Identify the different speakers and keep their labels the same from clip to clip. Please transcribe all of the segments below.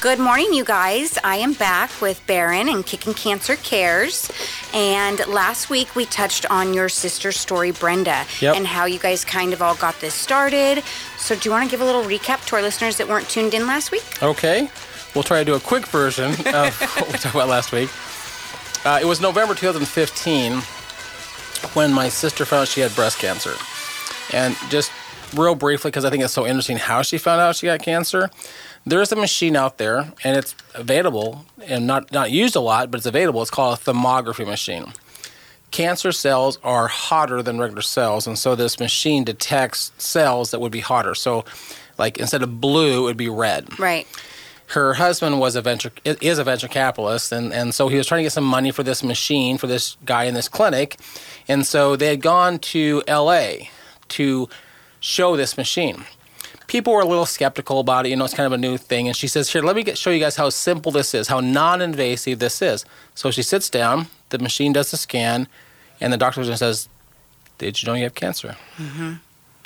Speaker 1: Good morning, you guys. I am back with Baron and Kicking Cancer Cares. And last week we touched on your sister's story, Brenda,
Speaker 2: Yep.
Speaker 1: and how you guys kind of all got this started. So, do you want to give a little recap to our listeners that weren't tuned in last week?
Speaker 2: Okay, we'll try to do a quick version of what we talked about last week. Uh, it was November 2015 when my sister found out she had breast cancer. And just real briefly, because I think it's so interesting how she found out she got cancer. There is a machine out there, and it's available and not, not used a lot, but it's available. It's called a thermography machine. Cancer cells are hotter than regular cells, and so this machine detects cells that would be hotter. So, like instead of blue, it would be red
Speaker 1: Right.
Speaker 2: her husband was a venture is a venture capitalist and, and so he was trying to get some money for this machine for this guy in this clinic and so they had gone to la to show this machine people were a little skeptical about it you know it's kind of a new thing and she says here let me get, show you guys how simple this is how non-invasive this is so she sits down the machine does the scan and the doctor says did you know you have cancer mm-hmm.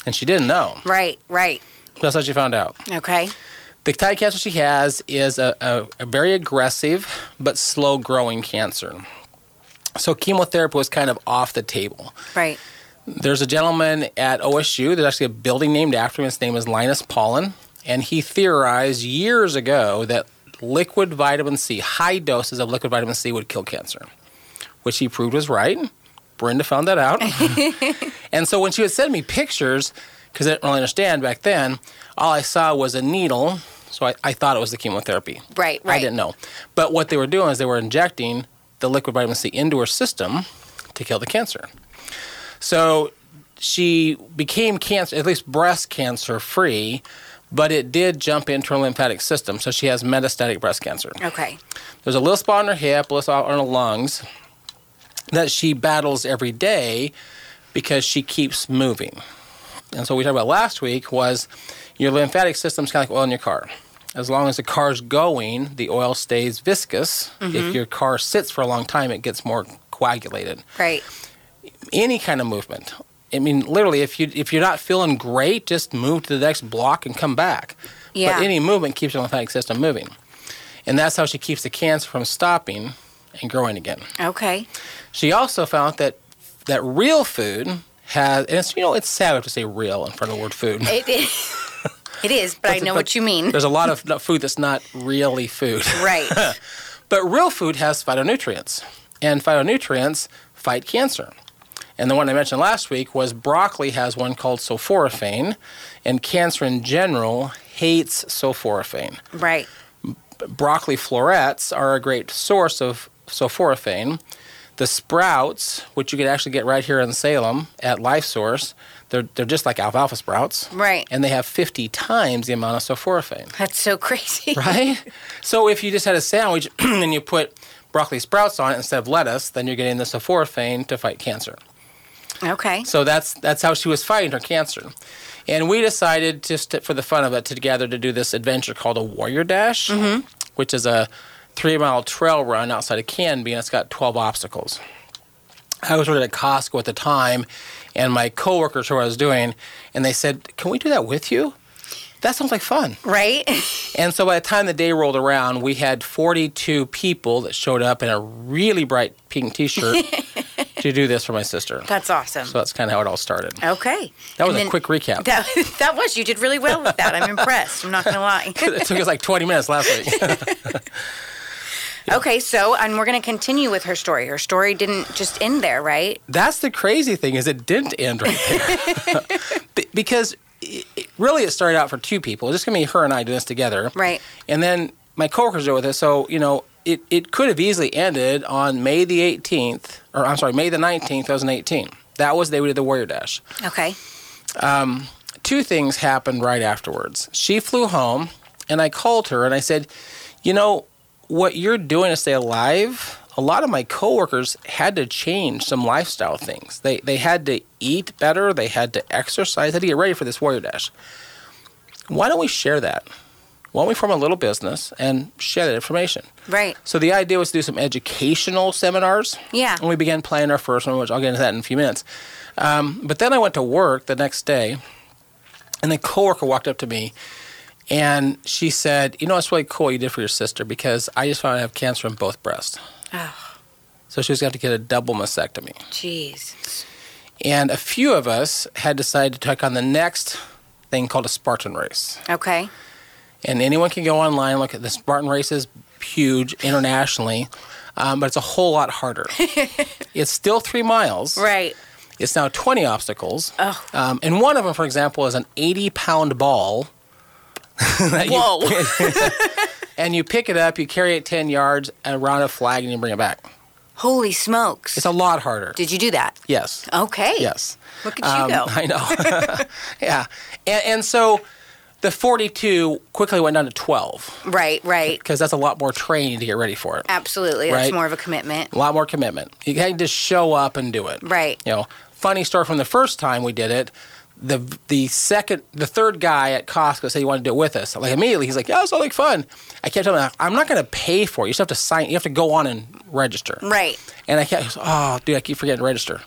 Speaker 2: and she didn't know
Speaker 1: Right, right.
Speaker 2: that's how she found out
Speaker 1: Okay.
Speaker 2: the type of cancer she has is a, a, a very aggressive but slow growing cancer. So chemotherapy was kind of off the table.
Speaker 1: Right.
Speaker 2: There's a gentleman at OSU, there's actually a building named after him. His name is Linus Pauling, and he theorized years ago that liquid vitamin C, high doses of liquid vitamin C, would kill cancer, which he proved was right. Brenda found that out. and so when she would send me pictures, because I didn't really understand back then, all I saw was a needle. So I, I thought it was the chemotherapy.
Speaker 1: Right,
Speaker 2: I
Speaker 1: right.
Speaker 2: didn't know. But what they were doing is they were injecting the liquid vitamin C into her system to kill the cancer. So she became cancer, at least breast cancer free, but it did jump into her lymphatic system. So she has metastatic breast cancer.
Speaker 1: Okay.
Speaker 2: There's a little spot on her hip, a little spot on her lungs that she battles every day because she keeps moving. And so what we talked about last week was your lymphatic system's kind of like oil in your car. As long as the car's going, the oil stays viscous. If your car sits for a long time, it gets more coagulated
Speaker 1: Right.
Speaker 2: any kind of movement. I mean, literally, if you if you're not feeling great, just move to the next block and come back.
Speaker 1: Yeah.
Speaker 2: But any movement keeps your lymphatic system moving, and that's how she keeps the cancer from stopping and growing again.
Speaker 1: Okay.
Speaker 2: She also found that that real food has, and it's you know it's sad to say real in front of the word food.
Speaker 1: It is. It is, but I know
Speaker 2: But
Speaker 1: what you mean.
Speaker 2: There's a lot of no- food that's not really food.
Speaker 1: Right.
Speaker 2: But real food has phytonutrients, and phytonutrients fight cancer. And the one I mentioned last week was broccoli has one called sulforaphane, and cancer in general hates sulforaphane.
Speaker 1: Right.
Speaker 2: Broccoli florets are a great source of sulforaphane. The sprouts, which you can actually get right here in Salem at Life Source, they're, they're just like alfalfa sprouts.
Speaker 1: Right.
Speaker 2: And they have 50 times the amount of sulforaphane
Speaker 1: That's so crazy.
Speaker 2: right? so if you just had a sandwich and you put broccoli sprouts on it instead of lettuce, then you're getting the sulforaphane to fight cancer.
Speaker 1: Okay.
Speaker 2: So that's that's how she was fighting her cancer. And we decided just to, for the fun of it to gather to do this adventure called a Warrior Dash, which is a three mile trail run outside of Canby, and it's got 12 obstacles. I was working at Costco at the time, and my coworkers who I was doing, and they said, "Can we do that with you? That sounds like fun."
Speaker 1: Right?
Speaker 2: And so by the time the day rolled around, we had 42 people that showed up in a really bright pink t shirt to do this for my sister.
Speaker 1: That's awesome.
Speaker 2: So that's kind of how it all started.
Speaker 1: Okay.
Speaker 2: That was
Speaker 1: And
Speaker 2: a
Speaker 1: then-
Speaker 2: quick recap.
Speaker 1: That, that was. You did really well with that. I'm impressed. I'm not going to lie.
Speaker 2: it took us like 20 minutes last week.
Speaker 1: Okay, so, and we're going to continue with her story. Her story didn't just end there, right?
Speaker 2: that's the crazy thing is it didn't end right there. Be- because it, it- really it started out for two people. It's just going to be her and I doing this together.
Speaker 1: Right.
Speaker 2: And then my coworkers are with us. So, you know, it, it could have easily ended on May the 18th, or I'm sorry, May the 19th, 2018. That was the day we did the Warrior Dash.
Speaker 1: Okay.
Speaker 2: two things happened right afterwards. She flew home, and I called her and I said, "You know what you're doing to stay alive? A lot of my coworkers had to change some lifestyle things. They they had to eat better, they had to exercise, they had to get ready for this warrior dash. Why don't we share that? Why don't we form a little business and share that information?"
Speaker 1: Right.
Speaker 2: So the idea was to do some educational seminars.
Speaker 1: Yeah.
Speaker 2: And we began planning our first one, which I'll get into that in a few minutes. Um, but then I went to work the next day, and the coworker walked up to me And she said, You know, it's really cool what you did for your sister because I just found I have cancer in both breasts.
Speaker 1: Oh,
Speaker 2: So she was going to have to get a double mastectomy.
Speaker 1: jeez.
Speaker 2: And a few of us had decided to take on the next thing called a Spartan race.
Speaker 1: Okay.
Speaker 2: And anyone can go online, look at the Spartan race is huge internationally, um, but it's a whole lot harder. it's still three miles.
Speaker 1: Right.
Speaker 2: It's now 20 obstacles.
Speaker 1: Oh.
Speaker 2: Um, and one of them, for example, is an 80 pound ball. that you-
Speaker 1: Whoa.
Speaker 2: and you pick it up, you carry it 10 yards around a flag, and you bring it back.
Speaker 1: Holy smokes.
Speaker 2: It's a lot harder.
Speaker 1: Did you do that?
Speaker 2: yes.
Speaker 1: Okay.
Speaker 2: Yes.
Speaker 1: Look at you
Speaker 2: Um,
Speaker 1: go.
Speaker 2: I know. yeah. And, and so the 42 quickly went down to 12
Speaker 1: Right, right.
Speaker 2: because that's a lot more training to get ready for it.
Speaker 1: Absolutely. That's
Speaker 2: Right.
Speaker 1: more of a commitment.
Speaker 2: A lot more commitment. You can't just show up and do it.
Speaker 1: Right.
Speaker 2: You know, funny story from the first time we did it. The the second the third guy at Costco said he wanted to do it with us. Like immediately he's like, yeah, it's all like fun. I kept telling him, I'm not going to pay for it. You just have to sign. You have to go on and register.
Speaker 1: Right.
Speaker 2: And I kept, oh, dude, I keep forgetting to register.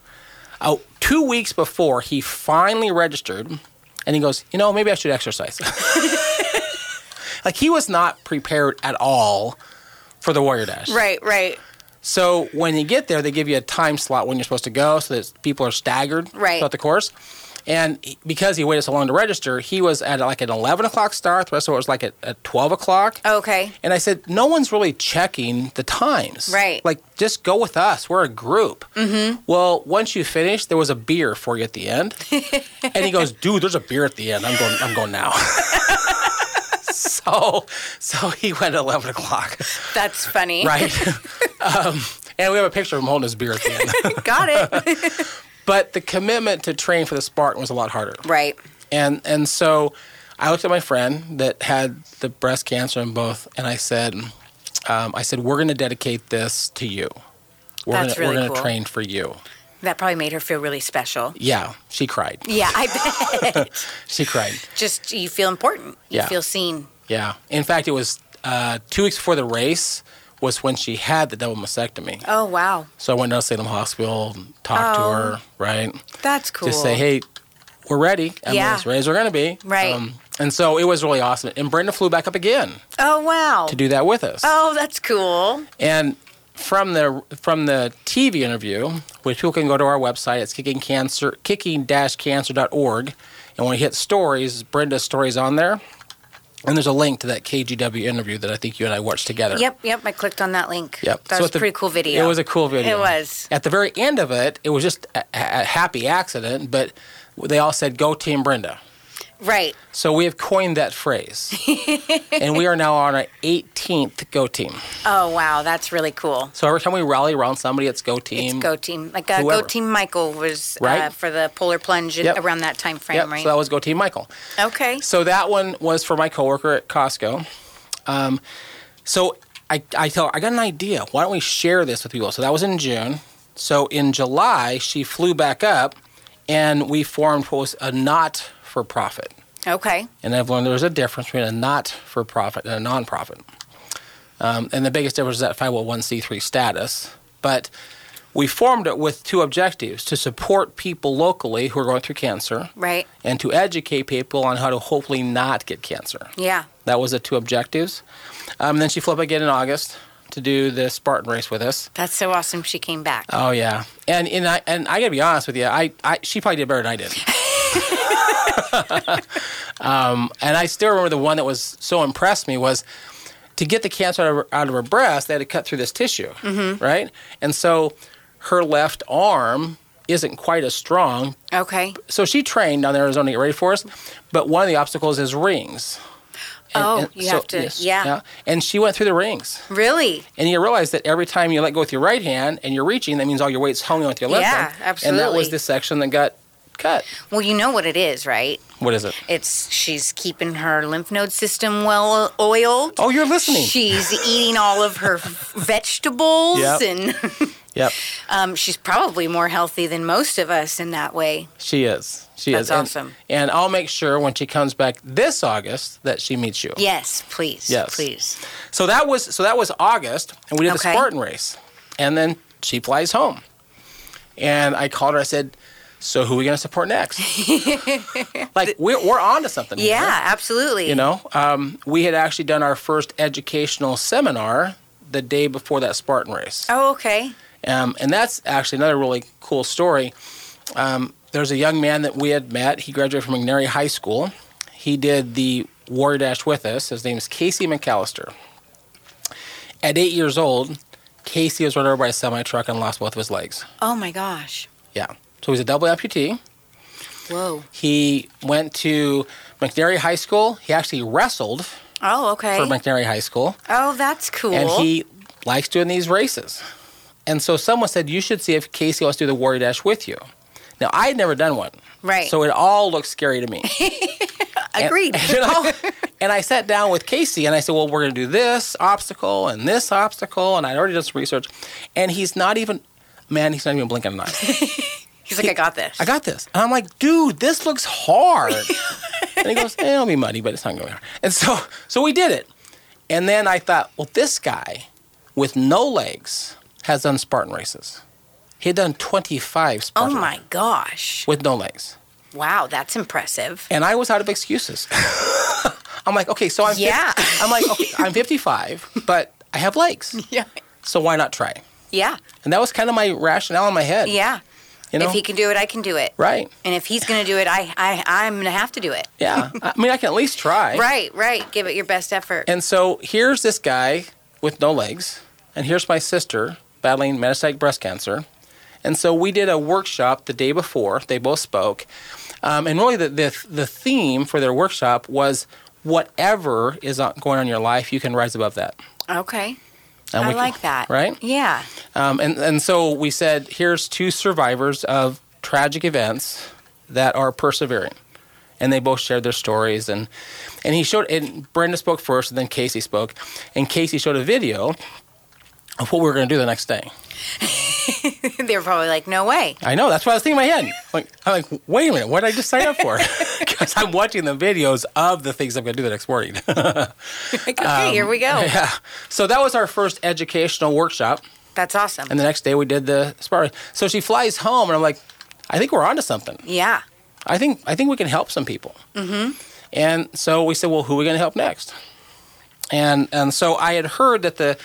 Speaker 2: Oh, two weeks before he finally registered, and he goes, you know, maybe I should exercise. like he was not prepared at all for the Warrior Dash.
Speaker 1: Right, right.
Speaker 2: So when you get there, they give you a time slot when you're supposed to go, so that people are staggered
Speaker 1: Right.
Speaker 2: throughout the course. And he- because he waited so long to register, he was at like an 11 o'clock start. The rest of it was like at, at 12 o'clock.
Speaker 1: Okay.
Speaker 2: And I said, no one's really checking the times.
Speaker 1: Right.
Speaker 2: Like, just go with us. We're a group. Mm-hmm. Well, once you finish, there was a beer for you at the end. and he goes, dude, there's a beer at the end. I'm going. I'm going now. so, so he went at 11 o'clock,
Speaker 1: That's funny.
Speaker 2: right? um, and we have a picture of him holding his beer at the end.
Speaker 1: Got it.
Speaker 2: but the commitment to train for the Spartan was a lot harder.
Speaker 1: right.
Speaker 2: And and so I looked at my friend that had the breast cancer in both, and I said, um, I said, we're going to dedicate this to you. We're
Speaker 1: That's
Speaker 2: gonna,
Speaker 1: really
Speaker 2: we're going to
Speaker 1: cool.
Speaker 2: train for you.
Speaker 1: That probably made her feel really special.
Speaker 2: Yeah, she cried.
Speaker 1: Yeah, I bet.
Speaker 2: She cried.
Speaker 1: Just you feel important. You
Speaker 2: Yeah.
Speaker 1: feel seen.
Speaker 2: Yeah. In fact, it was uh, two weeks before the race was when she had the double mastectomy.
Speaker 1: Oh wow,
Speaker 2: So I went down to Salem Hospital, and talked
Speaker 1: Oh.
Speaker 2: to her, right?
Speaker 1: that's cool.
Speaker 2: Just say, hey, we're ready. I mean,
Speaker 1: Yeah.
Speaker 2: as ready as we're going to be. Um,
Speaker 1: Right.
Speaker 2: and so it was really awesome. And Brenda flew back up again
Speaker 1: Oh wow.
Speaker 2: to do that with us.
Speaker 1: oh, that's cool.
Speaker 2: And from the from the TV interview, which people can go to our website, it's kicking cancer kicking cancer.org. And when you hit stories, Brenda's stories on there. And there's a link to that KGW interview that I think you and I watched together.
Speaker 1: Yep, yep. I clicked on that link.
Speaker 2: Uh, Yep.
Speaker 1: That
Speaker 2: So
Speaker 1: was
Speaker 2: at
Speaker 1: a
Speaker 2: the-
Speaker 1: pretty cool video.
Speaker 2: It was a cool video.
Speaker 1: It was.
Speaker 2: At the very end of it, it was just a, a a happy accident, but they all said, Go Team Brenda.
Speaker 1: Right.
Speaker 2: So we have coined that phrase. and we are now on our 18th Go Team.
Speaker 1: Oh wow, that's really cool.
Speaker 2: So every time we rally around somebody, it's Go Team.
Speaker 1: It's Go Team. Like uh, Go
Speaker 2: Whoever.
Speaker 1: Team Michael was uh,
Speaker 2: Right.
Speaker 1: for the polar plunge in-
Speaker 2: Yep.
Speaker 1: around that time frame,
Speaker 2: Yep,
Speaker 1: right?
Speaker 2: So that was Go Team Michael.
Speaker 1: okay.
Speaker 2: So that one was for my coworker at Costco. Um, so I, I tell her, I got an idea. Why don't we share this with people? So that was in June. So in July, she flew back up and we formed what was a not for profit.
Speaker 1: Okay.
Speaker 2: And I've learned there's a difference between a not for profit and a nonprofit. Um, and the biggest difference is that 501c3 status. But we formed it with two objectives to support people locally who are going through cancer
Speaker 1: Right.
Speaker 2: and to educate people on how to hopefully not get cancer.
Speaker 1: Yeah.
Speaker 2: That was the two objectives. Um, then she flew up again in August to do the Spartan race with us.
Speaker 1: That's so awesome. She came back.
Speaker 2: Oh yeah, and and I and I gotta be honest with you, I, I she probably did better than I did. um, and I still remember the one that was so impressed me was to get the cancer out of her, out of her breast, they had to cut through this tissue, right? And so her left arm isn't quite as strong
Speaker 1: okay.
Speaker 2: so she trained down in Arizona to get ready for us, but one of the obstacles is rings.
Speaker 1: Oh, you have to- yeah.
Speaker 2: And she went through the rings.
Speaker 1: Really?
Speaker 2: And you realize that every time you let go with your right hand and you're reaching, that means all your weight's hung with your left
Speaker 1: Yeah,
Speaker 2: hand. And that
Speaker 1: absolutely.
Speaker 2: was the section that got cut.
Speaker 1: Well, you know what it is, right?
Speaker 2: What is it?
Speaker 1: It's she's keeping her lymph node system well oiled.
Speaker 2: Oh, you're listening.
Speaker 1: She's eating all of her vegetables,
Speaker 2: Yep.
Speaker 1: and
Speaker 2: Yep.
Speaker 1: um, she's probably more healthy than most of us in that way.
Speaker 2: She is. She is.
Speaker 1: That's
Speaker 2: And-
Speaker 1: awesome.
Speaker 2: And I'll make sure when she comes back this August that she meets you.
Speaker 1: Yes, please.
Speaker 2: Yes.
Speaker 1: please.
Speaker 2: So that was so that was August, and we did
Speaker 1: Okay.
Speaker 2: the Spartan race, and then she flies home, and I called her. I said, So who are we going to support next? like we're we're on to something. here.
Speaker 1: Yeah, absolutely.
Speaker 2: You know, um, we had actually done our first educational seminar the day before that Spartan race.
Speaker 1: Oh, okay.
Speaker 2: Um, and that's actually another really cool story. Um, there's a young man that we had met. He graduated from McNary High School. He did the Warrior Dash with us. His name is Casey McAllister. At eight years old, Casey was run over by a semi truck and lost both of his legs.
Speaker 1: Oh my gosh.
Speaker 2: Yeah. So he's a double amputee.
Speaker 1: Whoa.
Speaker 2: He went to McNary High School. He actually wrestled
Speaker 1: Oh, okay.
Speaker 2: for McNary High School.
Speaker 1: oh, that's cool.
Speaker 2: and he likes doing these races. And so someone said, You should see if Casey wants to do the Warrior Dash with you. Now, I had never done one.
Speaker 1: Right.
Speaker 2: So it all looked scary to me.
Speaker 1: agreed.
Speaker 2: you know? and I sat down with Casey and I said, Well, we're going to do this obstacle and this obstacle. And I'd already done some research. And he's not even, man, he's not even blinking an eye.
Speaker 1: He's like, I got this.
Speaker 2: I got this. And I'm like, Dude, this looks hard. and he goes, eh, It'll be muddy, but it's not going to be hard. And so, so we did it. And then I thought, Well, this guy with no legs has done Spartan races. He had done 25
Speaker 1: oh
Speaker 2: Spartan
Speaker 1: my gosh.
Speaker 2: with no legs.
Speaker 1: Wow, that's impressive.
Speaker 2: and I was out of excuses. I'm like, okay, so I'm fif-
Speaker 1: Yeah.
Speaker 2: I'm like, okay, I'm 55, but I have legs,
Speaker 1: Yeah.
Speaker 2: so why not try?
Speaker 1: Yeah.
Speaker 2: And that was kind of my rationale in my head.
Speaker 1: Yeah.
Speaker 2: you know,
Speaker 1: If he can do it, I can do it.
Speaker 2: right?
Speaker 1: And if he's going to do it, I, I, I'm going to have to do it.
Speaker 2: Yeah, I mean, I can at least try.
Speaker 1: Right, right. Give it your best effort.
Speaker 2: And so here's this guy with no legs, and here's my sister battling metastatic breast cancer. And so we did a workshop the day before. They both spoke. Um, and really, the, the, the theme for their workshop was whatever is on- going on in your life, you can rise above that.
Speaker 1: okay.
Speaker 2: And
Speaker 1: I
Speaker 2: we-
Speaker 1: like that.
Speaker 2: Right?
Speaker 1: Yeah.
Speaker 2: Um, and, and so we said, here's two survivors of tragic events that are persevering. And they both shared their stories. And, and he showed, and Brenda spoke first, and then Casey spoke. And Casey showed a video of what we were going to do the next day.
Speaker 1: they were probably like, no way.
Speaker 2: I know, that's what I was thinking in my head. Like, I'm like, wait a minute, what did I just sign up for? Because I'm watching the videos of the things I'm going to do the next morning.
Speaker 1: Like, okay, here we go.
Speaker 2: yeah. So that was our first educational workshop.
Speaker 1: That's awesome.
Speaker 2: And the next day we did the Spartan. So she flies home, and I'm like, I think we're onto something.
Speaker 1: yeah.
Speaker 2: I think I think we can help some people. Mm-hmm. And so we said, well, who are we going to help next? And and so I had heard that the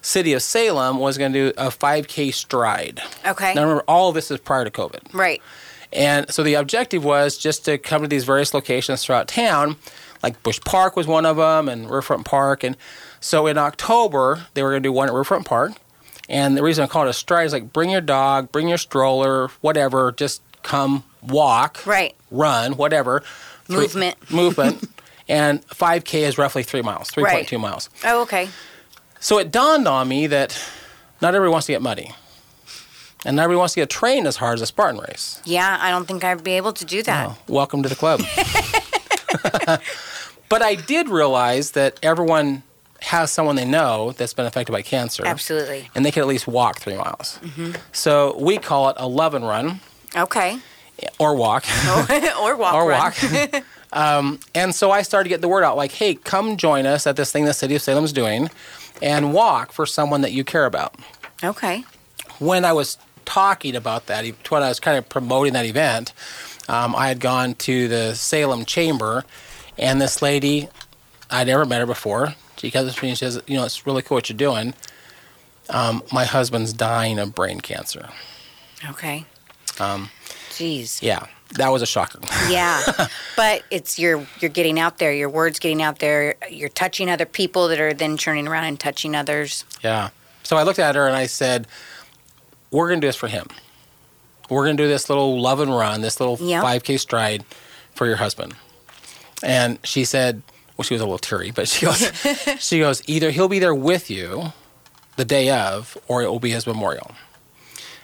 Speaker 2: city of Salem was going to do a 5K stride.
Speaker 1: Okay.
Speaker 2: Now remember, all of this is prior to COVID.
Speaker 1: Right.
Speaker 2: And so the objective was just to come to these various locations throughout town, like Bush Park was one of them, and Riverfront Park. And so in October, they were going to do one at Riverfront Park. And the reason I call it a stride is like bring your dog, bring your stroller, whatever, just come walk,
Speaker 1: Right.
Speaker 2: run, whatever. Three-
Speaker 1: Movement.
Speaker 2: movement. and 5K is roughly three miles, 3.2
Speaker 1: Right.
Speaker 2: miles.
Speaker 1: Oh, okay.
Speaker 2: So it dawned on me that not everybody wants to get muddy. And not everybody wants to get trained as hard as a Spartan race.
Speaker 1: Yeah, I don't think I'd be able to do that.
Speaker 2: Oh, welcome to the club. but I did realize that everyone has someone they know that's been affected by cancer.
Speaker 1: Absolutely.
Speaker 2: And they can at least walk three miles. So we call it a love and run
Speaker 1: Okay.
Speaker 2: or walk.
Speaker 1: or walk.
Speaker 2: or
Speaker 1: run.
Speaker 2: walk. um, and so I started to get the word out like, hey, come join us at this thing the city of Salem's doing and walk for someone that you care about.
Speaker 1: Okay.
Speaker 2: when I was talking about that, e- when I was kind of promoting that event, um, I had gone to the Salem Chamber, and this lady, I'd never met her before. She comes up to me and she says, "You know, it's really cool what you're doing. Um, my husband's dying of brain cancer."
Speaker 1: Okay. Um, Jeez.
Speaker 2: Yeah, that was a shocker.
Speaker 1: Yeah. but it's you're you're getting out there. Your words getting out there. You're touching other people that are then turning around and touching others.
Speaker 2: yeah. So I looked at her and I said, "We're going to do this for him. We're going to do this little love and run, this little
Speaker 1: Yeah.
Speaker 2: 5K stride for your husband." And she said, well, she was a little teary, but she goes, she goes, either he'll be there with you the day of, or it will be his memorial.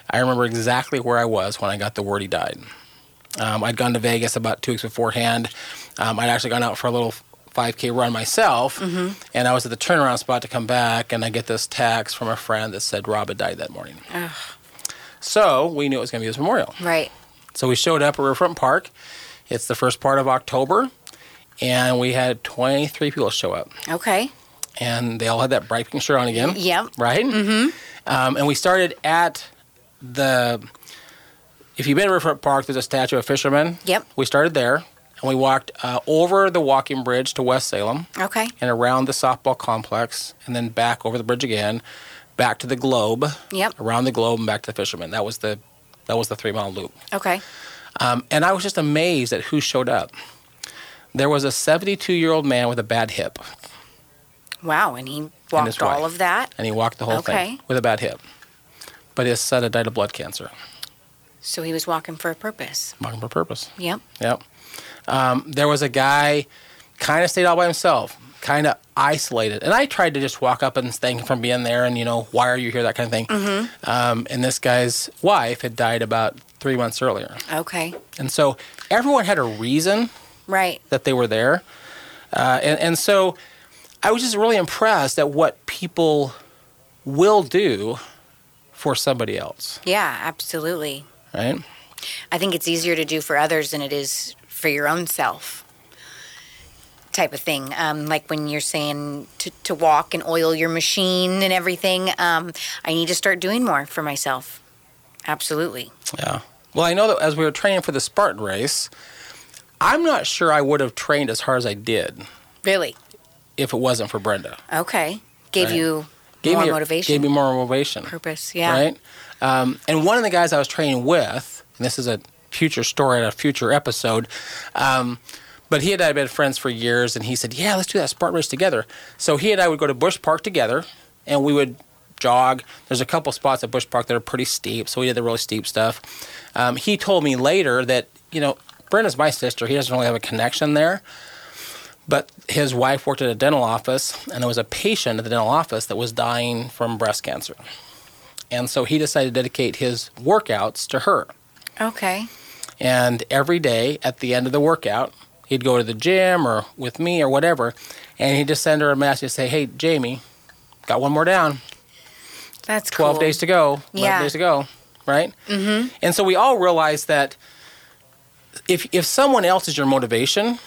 Speaker 2: I remember exactly where I was when I got the word he died. Um, I'd gone to Vegas about two weeks beforehand. Um, I'd actually gone out for a little 5K run myself, and I was at the turnaround spot to come back, and I get this text from a friend that said Rob had died that morning. So we knew it was going to be his memorial.
Speaker 1: Right.
Speaker 2: So we showed up at Riverfront Park. It's the first part of October, and we had 23 people show up,
Speaker 1: Okay.
Speaker 2: and they all had that bright pink shirt on again.
Speaker 1: Yep.
Speaker 2: Right. Mm-hmm. Um, and we started at the if you've been to Riverfront Park, there's a statue of fishermen.
Speaker 1: Yep.
Speaker 2: We started there, and we walked uh, over the walking bridge to West Salem,
Speaker 1: Okay.
Speaker 2: and around the softball complex, and then back over the bridge again, back to the Globe.
Speaker 1: Yep.
Speaker 2: Around the Globe and back to the fishermen. That was the that was the three mile loop.
Speaker 1: Okay.
Speaker 2: Um, and I was just amazed at who showed up. There was a 72 year old man with a bad hip,
Speaker 1: Wow. And he
Speaker 2: his
Speaker 1: walked
Speaker 2: wife.
Speaker 1: all of that.
Speaker 2: and he walked the whole
Speaker 1: Okay.
Speaker 2: thing with a bad hip. But his son had died of blood cancer,
Speaker 1: So he was walking for a purpose.
Speaker 2: mocking for purpose.
Speaker 1: Yep.
Speaker 2: Yep. Um, there was a guy, kind of stayed all by himself, kind of isolated, and I tried to just walk up and thank him for being there, and you know, why are you here, that kind of thing. Um, and this guy's wife had died about three months earlier,
Speaker 1: Okay.
Speaker 2: and so everyone had a reason
Speaker 1: Right.
Speaker 2: that they were there, uh, and and so I was just really impressed at what people will do for somebody else,
Speaker 1: Yeah, absolutely.
Speaker 2: right?
Speaker 1: I think it's easier to do for others than it is for your own self type of thing. Um, like when you're saying to, to walk and oil your machine and everything, um, I need to start doing more for myself. Absolutely.
Speaker 2: Yeah. Well, I know that as we were training for the Spartan race, I'm not sure I would have trained as hard as I did
Speaker 1: Really?
Speaker 2: if it wasn't for Brenda.
Speaker 1: Okay. Gave
Speaker 2: Right.
Speaker 1: you
Speaker 2: Gave
Speaker 1: more
Speaker 2: me
Speaker 1: motivation.
Speaker 2: Gave me more motivation.
Speaker 1: purpose. Yeah.
Speaker 2: Right. Um, and one of the guys I was training with, and this is a future story in a future episode, um, but he and I had been friends for years, and he said, "Yeah, let's do that Spartan race together." So he and I would go to Bush Park together, and we would jog. There's a couple spots at Bush Park that are pretty steep, so we did the really steep stuff. Um, he told me later that you know Brenda's my sister. He doesn't really have a connection there. But his wife worked at a dental office, and there was a patient at the dental office that was dying from breast cancer. And so he decided to dedicate his workouts to her.
Speaker 1: Okay.
Speaker 2: And every day at the end of the workout, he'd go to the gym or with me or whatever, and he'd just send her a message say, Hey, Jamie, got one more down,
Speaker 1: That's
Speaker 2: 12
Speaker 1: cool.
Speaker 2: days to go, 11
Speaker 1: Yeah.
Speaker 2: days to go, right? Mm-hmm. And so we all realize that if, if someone else is your motivation,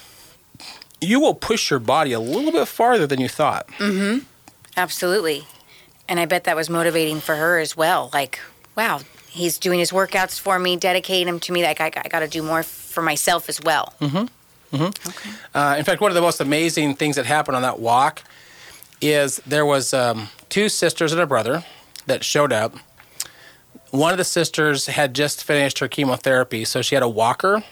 Speaker 2: you will push your body a little bit farther than you thought.
Speaker 1: Absolutely. And I bet that was motivating for her as well. Like, wow, he's doing his workouts for me, dedicating him to me. Like, I, I got to do more for myself as well.
Speaker 2: Mm-hmm. Uh, in fact, one of the most amazing things that happened on that walk is there was um, two sisters and a brother that showed up. One of the sisters had just finished her chemotherapy, so she had a walker,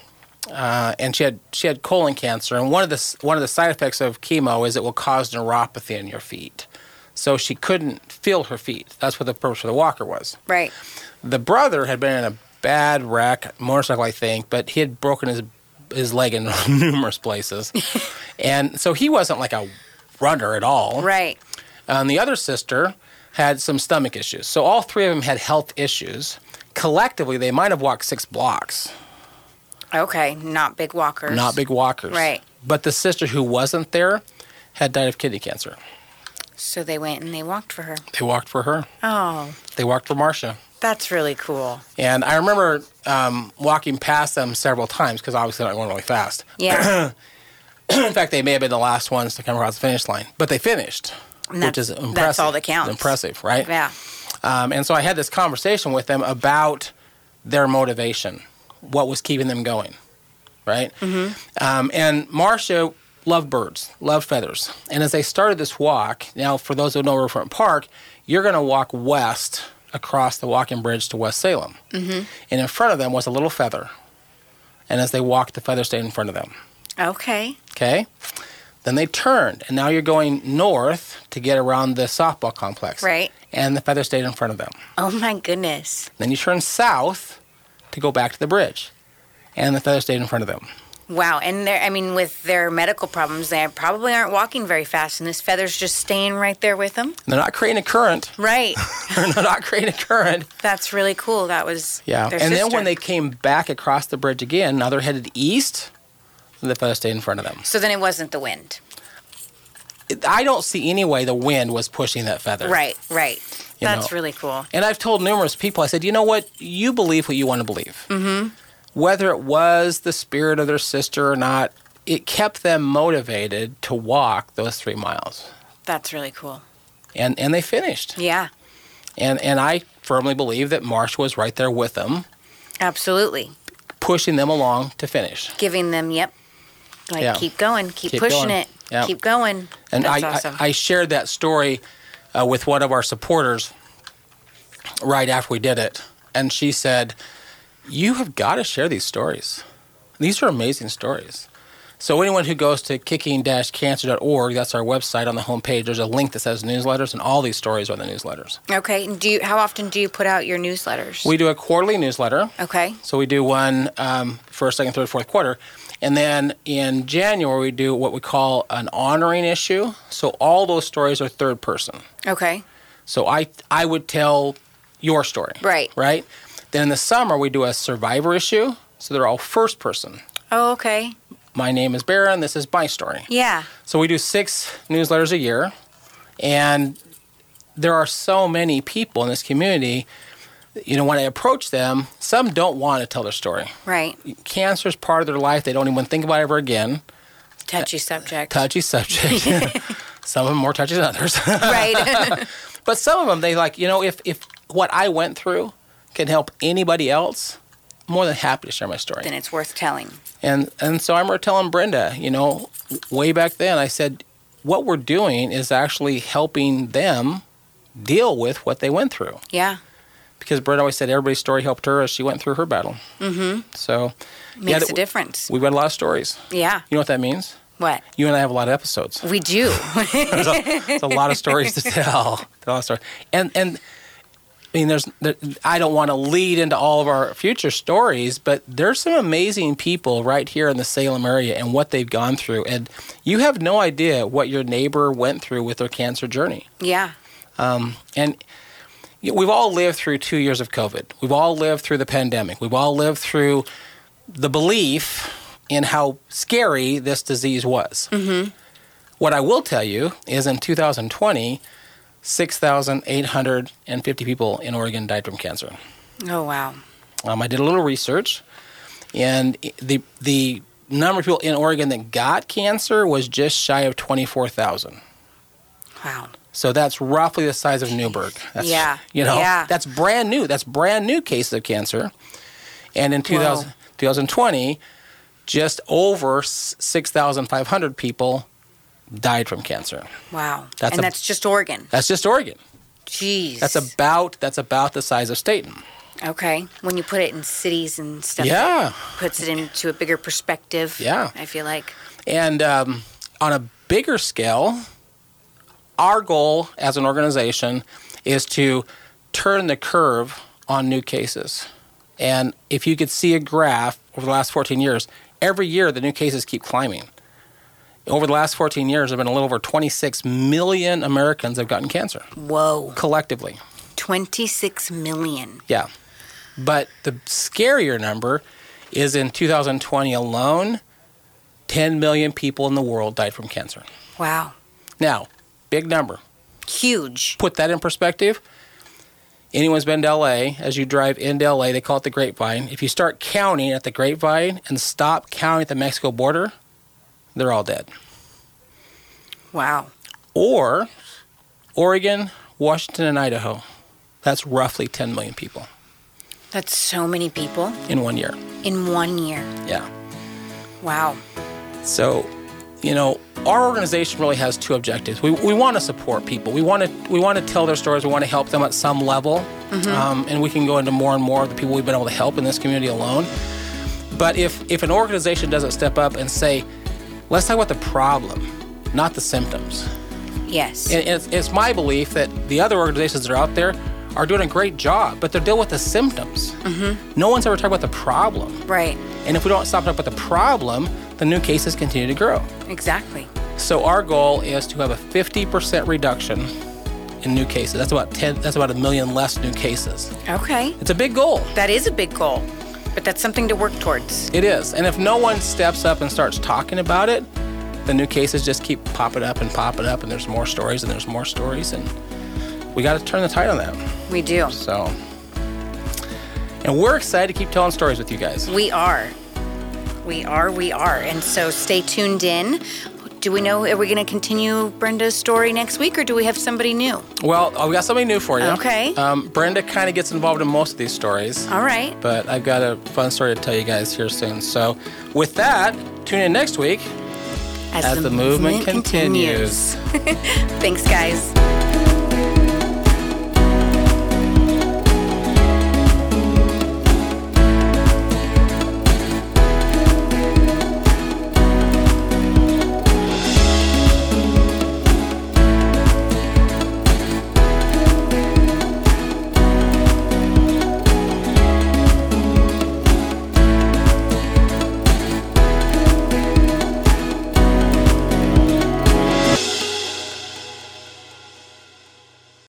Speaker 2: uh, and she had she had colon cancer. And one of the s- one of the side effects of chemo is it will cause neuropathy in your feet, so she couldn't feel her feet. That's what the purpose of the walker was
Speaker 1: Right.
Speaker 2: the brother had been in a bad wreck, motorcycle, I think, but he had broken his his leg in numerous places, and so he wasn't like a runner at all.
Speaker 1: Right.
Speaker 2: And the other sister had some stomach issues. So all three of them had health issues. Collectively, they might have walked six blocks.
Speaker 1: Okay. Not big walkers.
Speaker 2: Not big walkers.
Speaker 1: Right.
Speaker 2: But the sister who wasn't there had died of kidney cancer.
Speaker 1: So they went and they walked for her.
Speaker 2: They walked for her.
Speaker 1: Oh,
Speaker 2: They walked for Marcia.
Speaker 1: that's really cool.
Speaker 2: And I remember um, walking past them several times because obviously I went really fast.
Speaker 1: Yeah.
Speaker 2: In fact, they may have been the last ones to come across the finish line, but they finished,
Speaker 1: And
Speaker 2: which
Speaker 1: that's-
Speaker 2: is impressive.
Speaker 1: that's all that counts.
Speaker 2: Impressive, right?
Speaker 1: yeah.
Speaker 2: Um, and so I had this conversation with them about their motivation, what was keeping them going, right? Mm-hmm. Um, and Marcia loved birds, loved feathers. And as they started this walk, now for those who know Riverfront Park, you're going to walk west across the walking bridge to West Salem. Mm-hmm. And in front of them was a little feather. And as they walked, the feather stayed in front of them.
Speaker 1: Okay.
Speaker 2: Okay. Then they turned, and now you're going north to get around the softball complex.
Speaker 1: Right.
Speaker 2: And the feather stayed in front of them.
Speaker 1: Oh, my goodness.
Speaker 2: Then you turn south to go back to the bridge, and the feather stayed in front of them.
Speaker 1: Wow. And they're, I mean, with their medical problems, they probably aren't walking very fast, and this feather's just staying right there with them.
Speaker 2: And they're not creating a current.
Speaker 1: Right.
Speaker 2: they're not creating a current.
Speaker 1: that's really cool. That was
Speaker 2: Yeah.
Speaker 1: Their
Speaker 2: and then when
Speaker 1: sister.
Speaker 2: they came back across the bridge again, now they're headed east. And the feather stayed in front of them.
Speaker 1: So then it wasn't the wind.
Speaker 2: It- I don't see any way the wind was pushing that feather.
Speaker 1: Right, right.
Speaker 2: You
Speaker 1: That's
Speaker 2: know.
Speaker 1: really cool.
Speaker 2: And I've told numerous people, I said, you know what? You believe what you want to believe. Mm-hmm. Whether it was the spirit of their sister or not, it kept them motivated to walk those three miles.
Speaker 1: That's really cool.
Speaker 2: And, and they finished.
Speaker 1: Yeah.
Speaker 2: And, and I firmly believe that Marsh was right there with them
Speaker 1: Absolutely.
Speaker 2: pushing them along to finish.
Speaker 1: Giving them, yep. Like
Speaker 2: Yeah.
Speaker 1: keep going, keep,
Speaker 2: Keep
Speaker 1: pushing
Speaker 2: going.
Speaker 1: it,
Speaker 2: Yeah.
Speaker 1: keep going.
Speaker 2: And I,
Speaker 1: That's awesome.
Speaker 2: I, I shared that story uh, with one of our supporters right after we did it. And she said, You have got to share these stories. These are amazing stories. So, anyone who goes to kicking cancer.org, that's our website on the homepage, there's a link that says newsletters, and all these stories are in the newsletters.
Speaker 1: okay. And do you, how often do you put out your newsletters?
Speaker 2: We do a quarterly newsletter.
Speaker 1: okay.
Speaker 2: So we do one um, first, second, third, fourth quarter. And then in January, we do what we call an honoring issue. So all those stories are third person.
Speaker 1: Okay.
Speaker 2: So I, I would tell your story.
Speaker 1: Right.
Speaker 2: Right. Then in the summer, we do a survivor issue. So they're all first person.
Speaker 1: Oh, okay.
Speaker 2: My name is Baron. This is my story.
Speaker 1: Yeah.
Speaker 2: So we do six newsletters a year, and there are so many people in this community. You know, when I approach them, some don't want to tell their story.
Speaker 1: Right.
Speaker 2: Cancer is part of their life. They don't even think about it ever again.
Speaker 1: Touchy subject.
Speaker 2: Touchy subject. some of them more touchy than others.
Speaker 1: right.
Speaker 2: but some of them, they like, you know, if, if what I went through can help anybody else, I'm more than happy to share my story.
Speaker 1: then it's worth telling.
Speaker 2: And and so I remember telling Brenda, you know, way back then, I said, what we're doing is actually helping them deal with what they went through.
Speaker 1: Yeah.
Speaker 2: Because Brenda always said everybody's story helped her as she went through her battle. Mm-hmm. So yeah,
Speaker 1: Makes a difference.
Speaker 2: we've read a lot of stories.
Speaker 1: Yeah.
Speaker 2: You know what that means?
Speaker 1: What?
Speaker 2: You and I have a lot of episodes.
Speaker 1: We do.
Speaker 2: There's a, there's a lot of stories to tell. There's a lot of stories. And and I mean, there's there, I don't want to lead into all of our future stories, but there's some amazing people right here in the Salem area and what they've gone through. And you have no idea what your neighbor went through with their cancer journey.
Speaker 1: yeah.
Speaker 2: And you know, we've all lived through two years of COVID. We've all lived through the pandemic. We've all lived through the belief in how scary this disease was. Mm-hmm. What I will tell you is in 2020, 6,850 people in Oregon died from cancer.
Speaker 1: Oh wow.
Speaker 2: Um, I did a little research, and the, the number of people in Oregon that got cancer was just shy of 24,000.
Speaker 1: Wow.
Speaker 2: So that's roughly the size of Newburgh. That's,
Speaker 1: Yeah.
Speaker 2: You know,
Speaker 1: Yeah.
Speaker 2: that's brand new. That's brand new cases of cancer. And in 2000,
Speaker 1: Wow.
Speaker 2: 2020, just over s- 6,500 people died from cancer.
Speaker 1: Wow.
Speaker 2: That's
Speaker 1: and
Speaker 2: a-
Speaker 1: that's just Oregon.
Speaker 2: That's just Oregon.
Speaker 1: Jeez.
Speaker 2: That's about that's about the size of Staten.
Speaker 1: okay. When you put it in cities and stuff,
Speaker 2: Yeah.
Speaker 1: it puts it into a bigger perspective.
Speaker 2: Yeah.
Speaker 1: I feel like.
Speaker 2: And um, on a bigger scale, our goal as an organization is to turn the curve on new cases. And if you could see a graph over the last 14 years, every year the new cases keep climbing. Over the last 14 years, there have been a little over 26 million Americans have gotten cancer
Speaker 1: Whoa.
Speaker 2: collectively.
Speaker 1: Twenty-six million.
Speaker 2: Yeah. But the scarier number is in 2020 alone, 10 million people in the world died from cancer.
Speaker 1: Wow.
Speaker 2: Now, big number.
Speaker 1: Huge.
Speaker 2: Put that in perspective. Anyone's been to LA, as you drive into LA, they call it the grapevine. If you start counting at the grapevine and stop counting at the Mexico border, they're all dead.
Speaker 1: Wow.
Speaker 2: Or Oregon, Washington, and Idaho. That's roughly 10 million people
Speaker 1: That's so many people
Speaker 2: in one year.
Speaker 1: in one year.
Speaker 2: Yeah.
Speaker 1: Wow.
Speaker 2: So, you know, our organization really has two objectives. We, we want to support people. We want to we want to tell their stories. We want to help them at some level, um, and we can go into more and more of the people we've been able to help in this community alone. But if if an organization doesn't step up and say, let's talk about the problem, not the symptoms,
Speaker 1: Yes.
Speaker 2: and it's, it's my belief that the other organizations that are out there are doing a great job, but they're dealing with the symptoms. No one's ever talked about the problem.
Speaker 1: right.
Speaker 2: And if we don't stop up with the problem, the new cases continue to grow.
Speaker 1: Exactly.
Speaker 2: So our goal is to have a 50% reduction in new cases. That's about 10 that's about a million less new cases.
Speaker 1: Okay.
Speaker 2: It's a big goal.
Speaker 1: That is a big goal, but that's something to work towards.
Speaker 2: It is. And if no one steps up and starts talking about it, the new cases just keep popping up and popping up and there's more stories and there's more stories and we got to turn the tide on that.
Speaker 1: We do.
Speaker 2: So and we're excited to keep telling stories with you guys.
Speaker 1: We are. We are, we are. And so stay tuned in do we know? Are we going to continue Brenda's story next week, or do we have somebody new?
Speaker 2: Well, oh, we got something new for you.
Speaker 1: Okay.
Speaker 2: Um, Brenda kind of gets involved in most of these stories,
Speaker 1: All right.
Speaker 2: but I've got a fun story to tell you guys here soon. So, with that, tune in next week.
Speaker 1: As,
Speaker 2: the movement continues.
Speaker 1: continues. Thanks, guys.